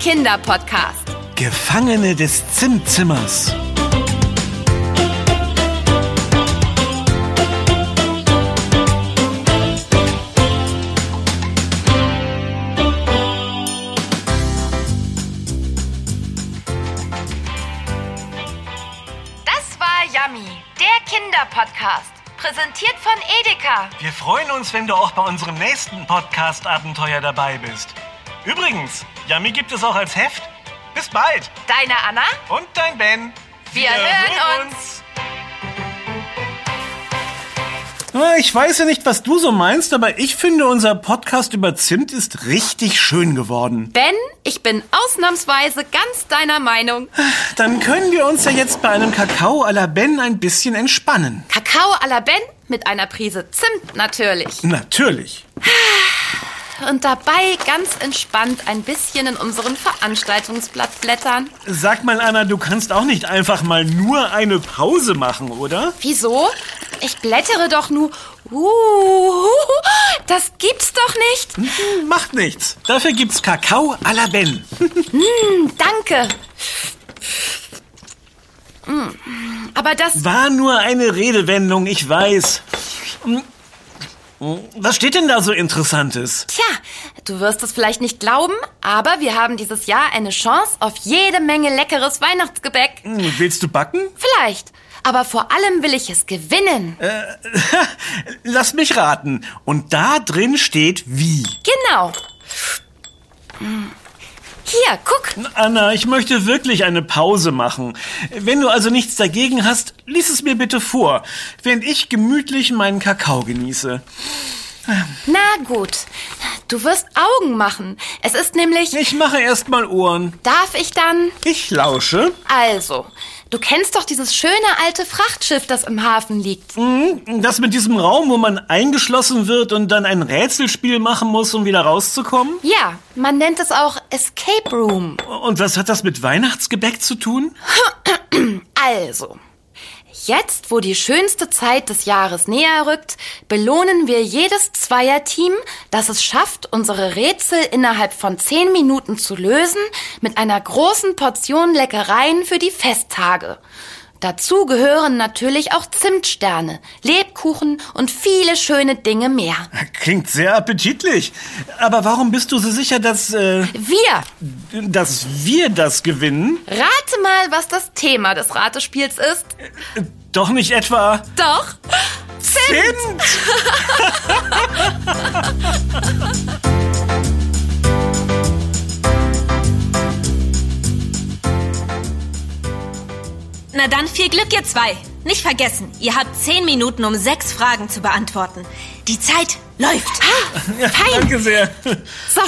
Kinderpodcast. Gefangene des Zimtzimmers. Das war Yummy, der Kinderpodcast. Präsentiert von Edeka. Wir freuen uns, wenn du auch bei unserem nächsten Podcast-Abenteuer dabei bist. Übrigens, Yummy gibt es auch als Heft. Bis bald Deine Anna? und dein Ben. Wir hören Ah, Ich weiß ja nicht, was du so meinst, aber ich finde, unser Podcast über Zimt ist richtig schön geworden. Ben, ich bin ausnahmsweise ganz deiner Meinung. Dann können wir uns ja jetzt bei einem Kakao à la Ben ein bisschen entspannen. Kakao à la Ben mit einer Prise Zimt natürlich. Natürlich. Und dabei ganz entspannt ein bisschen in unserem Veranstaltungsblatt blättern. Sag mal, Anna, du kannst auch nicht einfach mal nur eine Pause machen, oder? Wieso? Ich blättere doch nur. Uh, das gibt's doch nicht. Hm, Macht nichts. Dafür gibt's Kakao à la Ben. Danke. Mm, Aber das. War nur eine Redewendung, ich weiß. Hm. Was steht denn da so Interessantes? Tja, du wirst es vielleicht nicht glauben, aber wir haben dieses Jahr eine Chance auf jede Menge leckeres Weihnachtsgebäck. Hm, Willst du backen? Vielleicht. Aber vor allem will ich es gewinnen. Lass mich raten. Und da drin steht wie. Genau. Mm. Hier, guck. Anna, ich möchte wirklich eine Pause machen. Wenn du also nichts dagegen hast, lies es mir bitte vor, während ich gemütlich meinen Kakao genieße. Na gut. Du wirst Augen machen. Es ist nämlich. Ich mache erst mal Ohren. Darf ich dann? Ich lausche. Also, du kennst doch dieses schöne alte Frachtschiff, das im Hafen liegt. Das mit diesem Raum, wo man eingeschlossen wird und dann ein Rätselspiel machen muss, um wieder rauszukommen? Ja, man nennt es auch Escape Room. Und was hat das mit Weihnachtsgebäck zu tun? Also, jetzt, wo die schönste Zeit des Jahres näher rückt, belohnen wir jedes Zweierteam, das es schafft, unsere Rätsel innerhalb von zehn Minuten zu lösen, mit einer großen Portion Leckereien für die Festtage. Dazu gehören natürlich auch Zimtsterne, Lebkuchen und viele schöne Dinge mehr. Klingt sehr appetitlich. Aber warum bist du so sicher, dass, äh, Wir, dass wir das gewinnen? rate mal, was das Thema des Ratespiels ist. Doch nicht etwa Doch, Zimt! Zimt? Na dann viel Glück, ihr zwei. Nicht vergessen, ihr habt zehn Minuten, um sechs Fragen zu beantworten. Die Zeit läuft. Ah, fein. Danke sehr. So,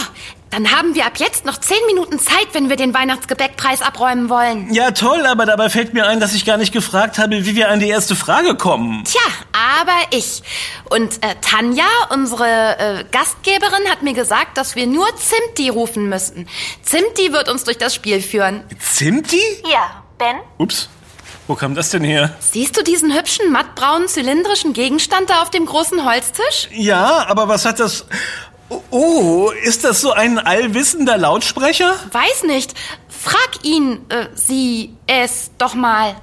dann haben wir ab jetzt noch zehn Minuten Zeit, wenn wir den Weihnachtsgebäckpreis abräumen wollen. Ja, toll, aber dabei fällt mir ein, dass ich gar nicht gefragt habe, wie wir an die erste Frage kommen. Tja, aber ich. Und äh, Tanja, unsere äh, Gastgeberin, hat mir gesagt, dass wir nur Zimti rufen müssen. Zimti wird uns durch das Spiel führen. Zimti? Ja, Ben? Ups. Wo kam das denn her? Siehst du diesen hübschen, mattbraunen, zylindrischen Gegenstand da auf dem großen Holztisch? Ja, aber was hat das... Oh, ist das so ein allwissender Lautsprecher? Weiß nicht. Frag ihn, äh, sie, es doch mal.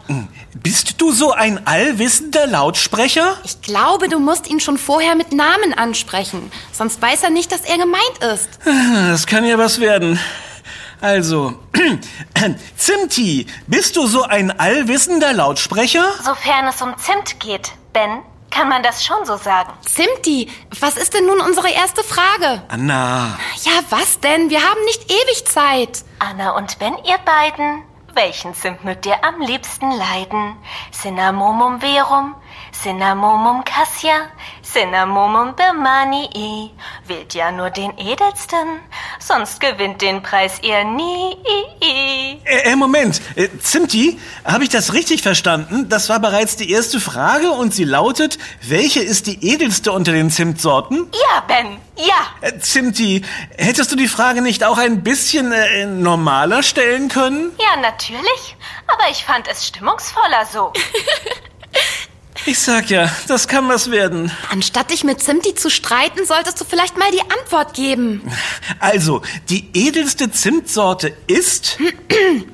Bist du so ein allwissender Lautsprecher? Ich glaube, du musst ihn schon vorher mit Namen ansprechen. Sonst weiß er nicht, dass er gemeint ist. Ah, Das kann ja was werden. Also, Zimti, bist du so ein allwissender Lautsprecher? Sofern es um Zimt geht, Ben, kann man das schon so sagen. Zimti, was ist denn nun unsere erste Frage? Anna. Ja, was denn? Wir haben nicht ewig Zeit. Anna und Ben, ihr beiden, welchen Zimt mögt ihr am liebsten leiden? Cinnamomum verum, Cinnamomum cassia, Cinnamomum bemanii. Wählt ja nur den edelsten, sonst gewinnt den Preis ihr nie. Äh, äh, Moment, äh, Zimti, habe ich das richtig verstanden? Das war bereits die erste Frage und sie lautet, welche ist die edelste unter den Zimtsorten? Ja, Ben, ja. Äh, Zimti, hättest du die Frage nicht auch ein bisschen äh, normaler stellen können? Ja, natürlich. Aber ich fand es stimmungsvoller so. Ich sag ja, das kann was werden. Anstatt dich mit Zimti zu streiten, solltest du vielleicht mal die Antwort geben. Also, die edelste Zimtsorte ist.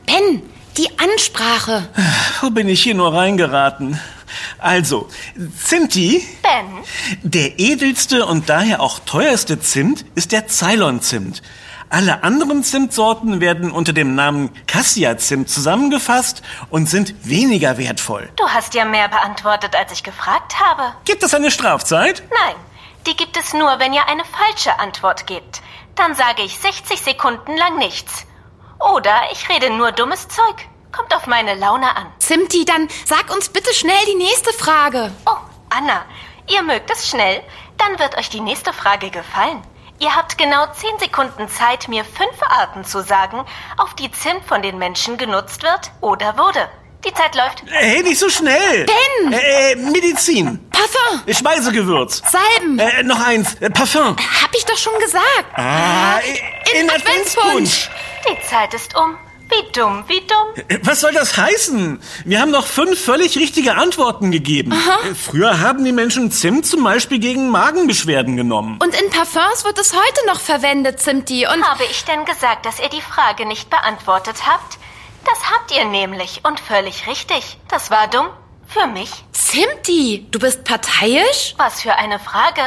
Ben, die Ansprache. Wo bin ich hier nur reingeraten? Also, Zimti, Ben, der edelste und daher auch teuerste Zimt ist der Ceylon-Zimt. Alle anderen Zimtsorten werden unter dem Namen Cassia-Zimt zusammengefasst und sind weniger wertvoll. du hast ja mehr beantwortet, als ich gefragt habe. Gibt es eine Strafzeit? Nein, die gibt es nur, wenn ihr eine falsche Antwort gebt. Dann sage ich 60 Sekunden lang nichts. Oder ich rede nur dummes Zeug. Kommt auf meine Laune an. Zimti, dann sag uns bitte schnell die nächste Frage. Oh, Anna, ihr mögt es schnell. Dann wird euch die nächste Frage gefallen. Ihr habt genau 10 Sekunden Zeit, mir fünf Arten zu sagen, auf die Zimt von den Menschen genutzt wird oder wurde. Die Zeit läuft. Hey, nicht so schnell! Ben! Äh, äh, Medizin, Parfum, äh, Speisegewürz, Salben, äh, noch eins, äh, Parfum. hab ich doch schon gesagt. Ah, äh, in Adventspunsch. Die Zeit ist um. Wie dumm, wie dumm. Äh, Was soll das heißen? Wir haben noch fünf völlig richtige Antworten gegeben. Äh, Früher haben die Menschen Zimt zum Beispiel gegen Magenbeschwerden genommen. Und in Parfums wird es heute noch verwendet, Zimti. Und Habe ich denn gesagt, dass ihr die Frage nicht beantwortet habt? Das habt ihr nämlich und völlig richtig. Das war dumm. Für mich. Zimti, du bist parteiisch? Was für eine Frage.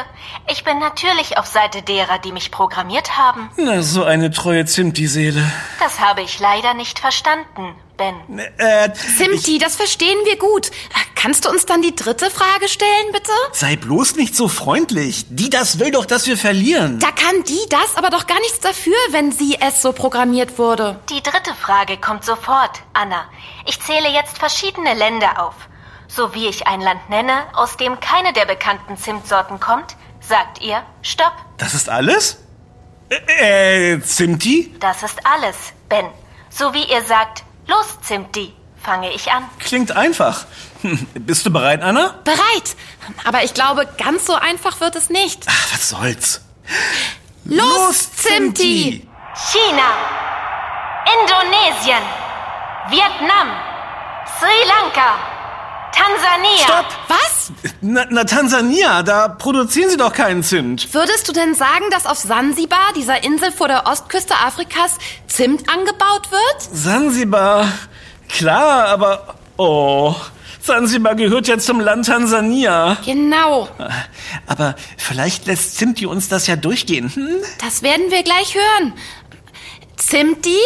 Ich bin natürlich auf Seite derer, die mich programmiert haben. Na, so eine treue Zimt-Die-Seele. Das habe ich leider nicht verstanden, Ben. Äh, Zimti, das verstehen wir gut. Kannst du uns dann die dritte Frage stellen, bitte? sei bloß nicht so freundlich. Die das will doch, dass wir verlieren. Da kann die das aber doch gar nichts dafür, wenn sie es so programmiert wurde. Die dritte Frage kommt sofort, Anna. Ich zähle jetzt verschiedene Länder auf. So wie ich ein Land nenne, aus dem keine der bekannten Zimtsorten kommt, sagt ihr Stopp. Das ist alles? Äh, äh, Zimti? Das ist alles, Ben. So wie ihr sagt Los, Zimti, fange ich an. Klingt einfach. Hm, Bist du bereit, Anna? Bereit. Aber ich glaube, ganz so einfach wird es nicht. Ach, was soll's. Los, Zimti! China, Indonesien, Vietnam, Sri Lanka, Tansania. Stopp! Was? Na, na, Tansania, da produzieren sie doch keinen Zimt. Würdest du denn sagen, dass auf Sansibar, dieser Insel vor der Ostküste Afrikas, Zimt angebaut wird? Sansibar. Klar, aber... Oh, Sansibar gehört ja zum Land Tansania. Genau. Aber vielleicht lässt Zimti uns das ja durchgehen. Hm? Das werden wir gleich hören. Zimti?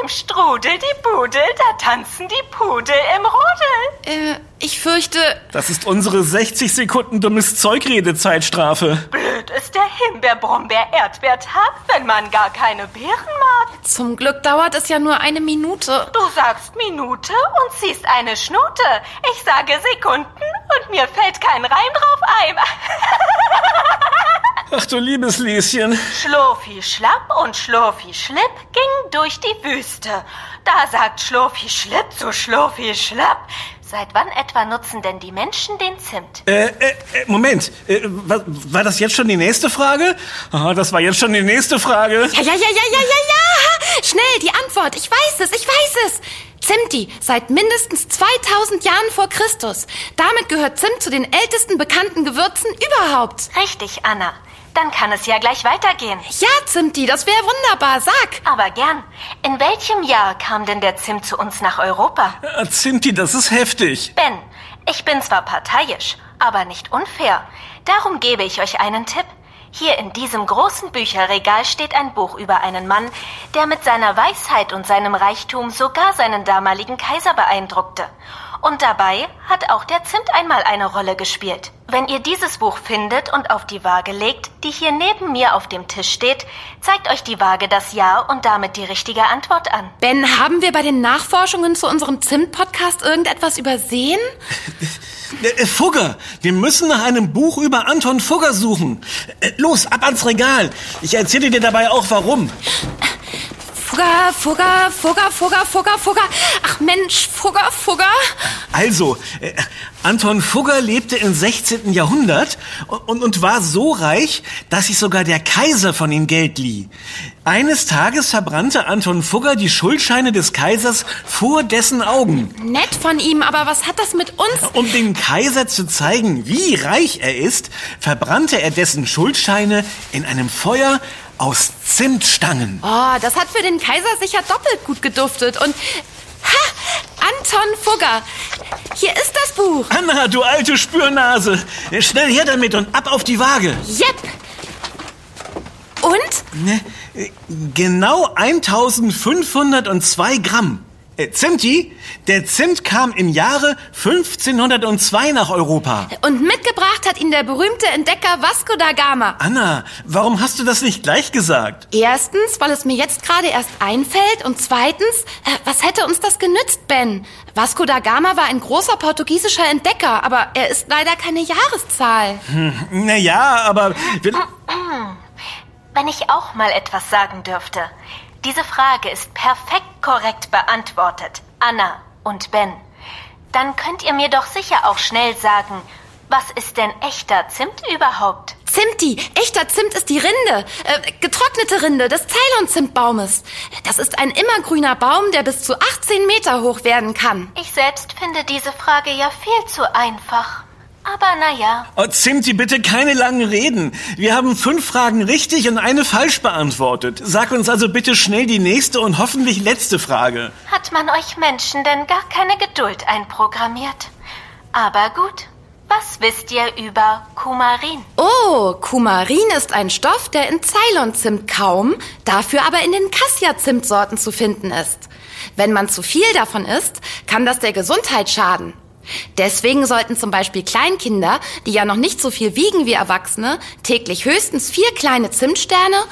Beim Strudel die Budel, da tanzen die Pudel im Rudel. Äh, ich fürchte, Das ist unsere 60 Sekunden dummes Zeugredezeitstrafe. Blöd ist der Himbeer, Brombeer, Erdbeer Tag, wenn man gar keine Beeren mag. zum Glück dauert es ja nur eine Minute. Du sagst Minute und ziehst eine Schnute. Ich sage Sekunden und mir fällt kein Reim drauf ein. Ach du liebes Lieschen. Schlofi Schlapp und Schlofi Schlipp gingen durch die Wüste. Da sagt Schlofi Schlipp zu Schlofi Schlapp. Seit wann etwa nutzen denn die Menschen den Zimt? Äh, äh, äh, Moment, äh, war, war das jetzt schon die nächste Frage? Ah, das war jetzt schon die nächste Frage. Ja, ja, ja, ja, ja, ja, ja! Schnell, die Antwort. Ich weiß es, ich weiß es. Zimti, seit mindestens 2000 Jahren vor Christus. Damit gehört Zimt zu den ältesten bekannten Gewürzen überhaupt. Richtig, Anna. Dann kann es ja gleich weitergehen. Ja, Zimti, das wäre wunderbar. Sag. Aber gern. In welchem Jahr kam denn der Zimt zu uns nach Europa? Ah, Zimti, das ist heftig. Ben, ich bin zwar parteiisch, aber nicht unfair. Darum gebe ich euch einen Tipp. Hier in diesem großen Bücherregal steht ein Buch über einen Mann, der mit seiner Weisheit und seinem Reichtum sogar seinen damaligen Kaiser beeindruckte. Und dabei hat auch der Zimt einmal eine Rolle gespielt. Wenn ihr dieses Buch findet und auf die Waage legt, die hier neben mir auf dem Tisch steht, zeigt euch die Waage das Ja und damit die richtige Antwort an. Ben, haben wir bei den Nachforschungen zu unserem Zimt-Podcast irgendetwas übersehen? Äh, äh, Fugger, wir müssen nach einem Buch über Anton Fugger suchen. Äh, los, ab ans Regal. Ich erzähle dir dabei auch warum. Fugger, Fugger, Fugger, Fugger, Fugger, Fugger. Ach Mensch, Fugger, Fugger. Also, äh, Anton Fugger lebte im 16. Jahrhundert und, und war so reich, dass sich sogar der Kaiser von ihm Geld lieh. Eines Tages verbrannte Anton Fugger die Schuldscheine des Kaisers vor dessen Augen. Nett von ihm, aber was hat das mit uns? Um dem Kaiser zu zeigen, wie reich er ist, verbrannte er dessen Schuldscheine in einem Feuer aus Zimtstangen. Oh, das hat für den Kaiser sicher doppelt gut geduftet. Und ha, Anton Fugger. Hier ist das Buch. Anna, du alte Spürnase, schnell her damit und ab auf die Waage. Jep. Und? Ne, äh, Genau 1502 Gramm. Äh, Zimti, der Zimt kam im Jahre 1502 nach Europa. Und mitgebracht hat ihn der berühmte Entdecker Vasco da Gama. Anna, warum hast du das nicht gleich gesagt? Erstens, weil es mir jetzt gerade erst einfällt. Und zweitens, äh, was hätte uns das genützt, Ben? Vasco da Gama war ein großer portugiesischer Entdecker, aber er ist leider keine Jahreszahl. Naja, aber... Wir, Wenn ich auch mal etwas sagen dürfte. Diese Frage ist perfekt korrekt beantwortet, Anna und Ben. Dann könnt ihr mir doch sicher auch schnell sagen, was ist denn echter Zimt überhaupt? Zimti, echter Zimt ist die Rinde, äh, getrocknete Rinde des Ceylon-Zimtbaumes. Das ist ein immergrüner Baum, der bis zu 18 Meter hoch werden kann. Ich selbst finde diese Frage ja viel zu einfach. Aber naja, oh, Zimti, bitte keine langen Reden. Wir haben fünf Fragen richtig und eine falsch beantwortet. Sag uns also bitte schnell die nächste und hoffentlich letzte Frage. hat man euch Menschen denn gar keine Geduld einprogrammiert? Aber gut, was wisst ihr über Kumarin? Oh, Kumarin ist ein Stoff, der in Ceylon-Zimt kaum, dafür aber in den Cassia-Zimtsorten zu finden ist. Wenn man zu viel davon isst, kann das der Gesundheit schaden. Deswegen sollten zum Beispiel Kleinkinder, die ja noch nicht so viel wiegen wie Erwachsene, täglich höchstens vier kleine Zimtsterne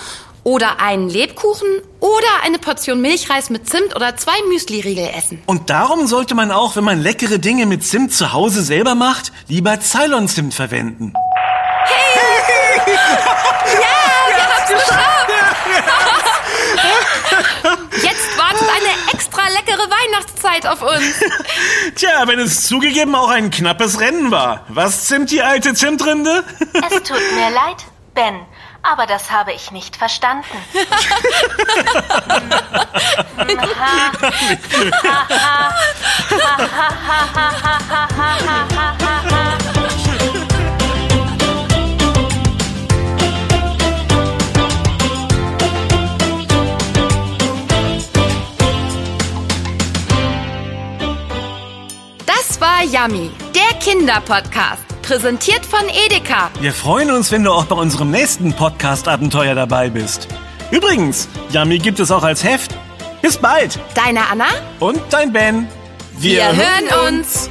oder einen Lebkuchen oder eine Portion Milchreis mit Zimt oder zwei Müsliriegel essen. Und darum sollte man auch, wenn man leckere Dinge mit Zimt zu Hause selber macht, lieber Ceylon-Zimt verwenden. Jetzt wartet eine extra leckere Weihnachtszeit auf uns. Tja, wenn es zugegeben auch ein knappes Rennen war. Was Zimt die alte Zimtrinde? Es tut mir leid, Ben, aber das habe ich nicht verstanden. Das war Yummy, der Kinderpodcast, präsentiert von Edeka. Wir freuen uns, wenn du auch bei unserem nächsten Podcast-Abenteuer dabei bist. Übrigens, Yummy gibt es auch als Heft. Bis bald. Deine Anna? Und dein Ben. Wir hören uns.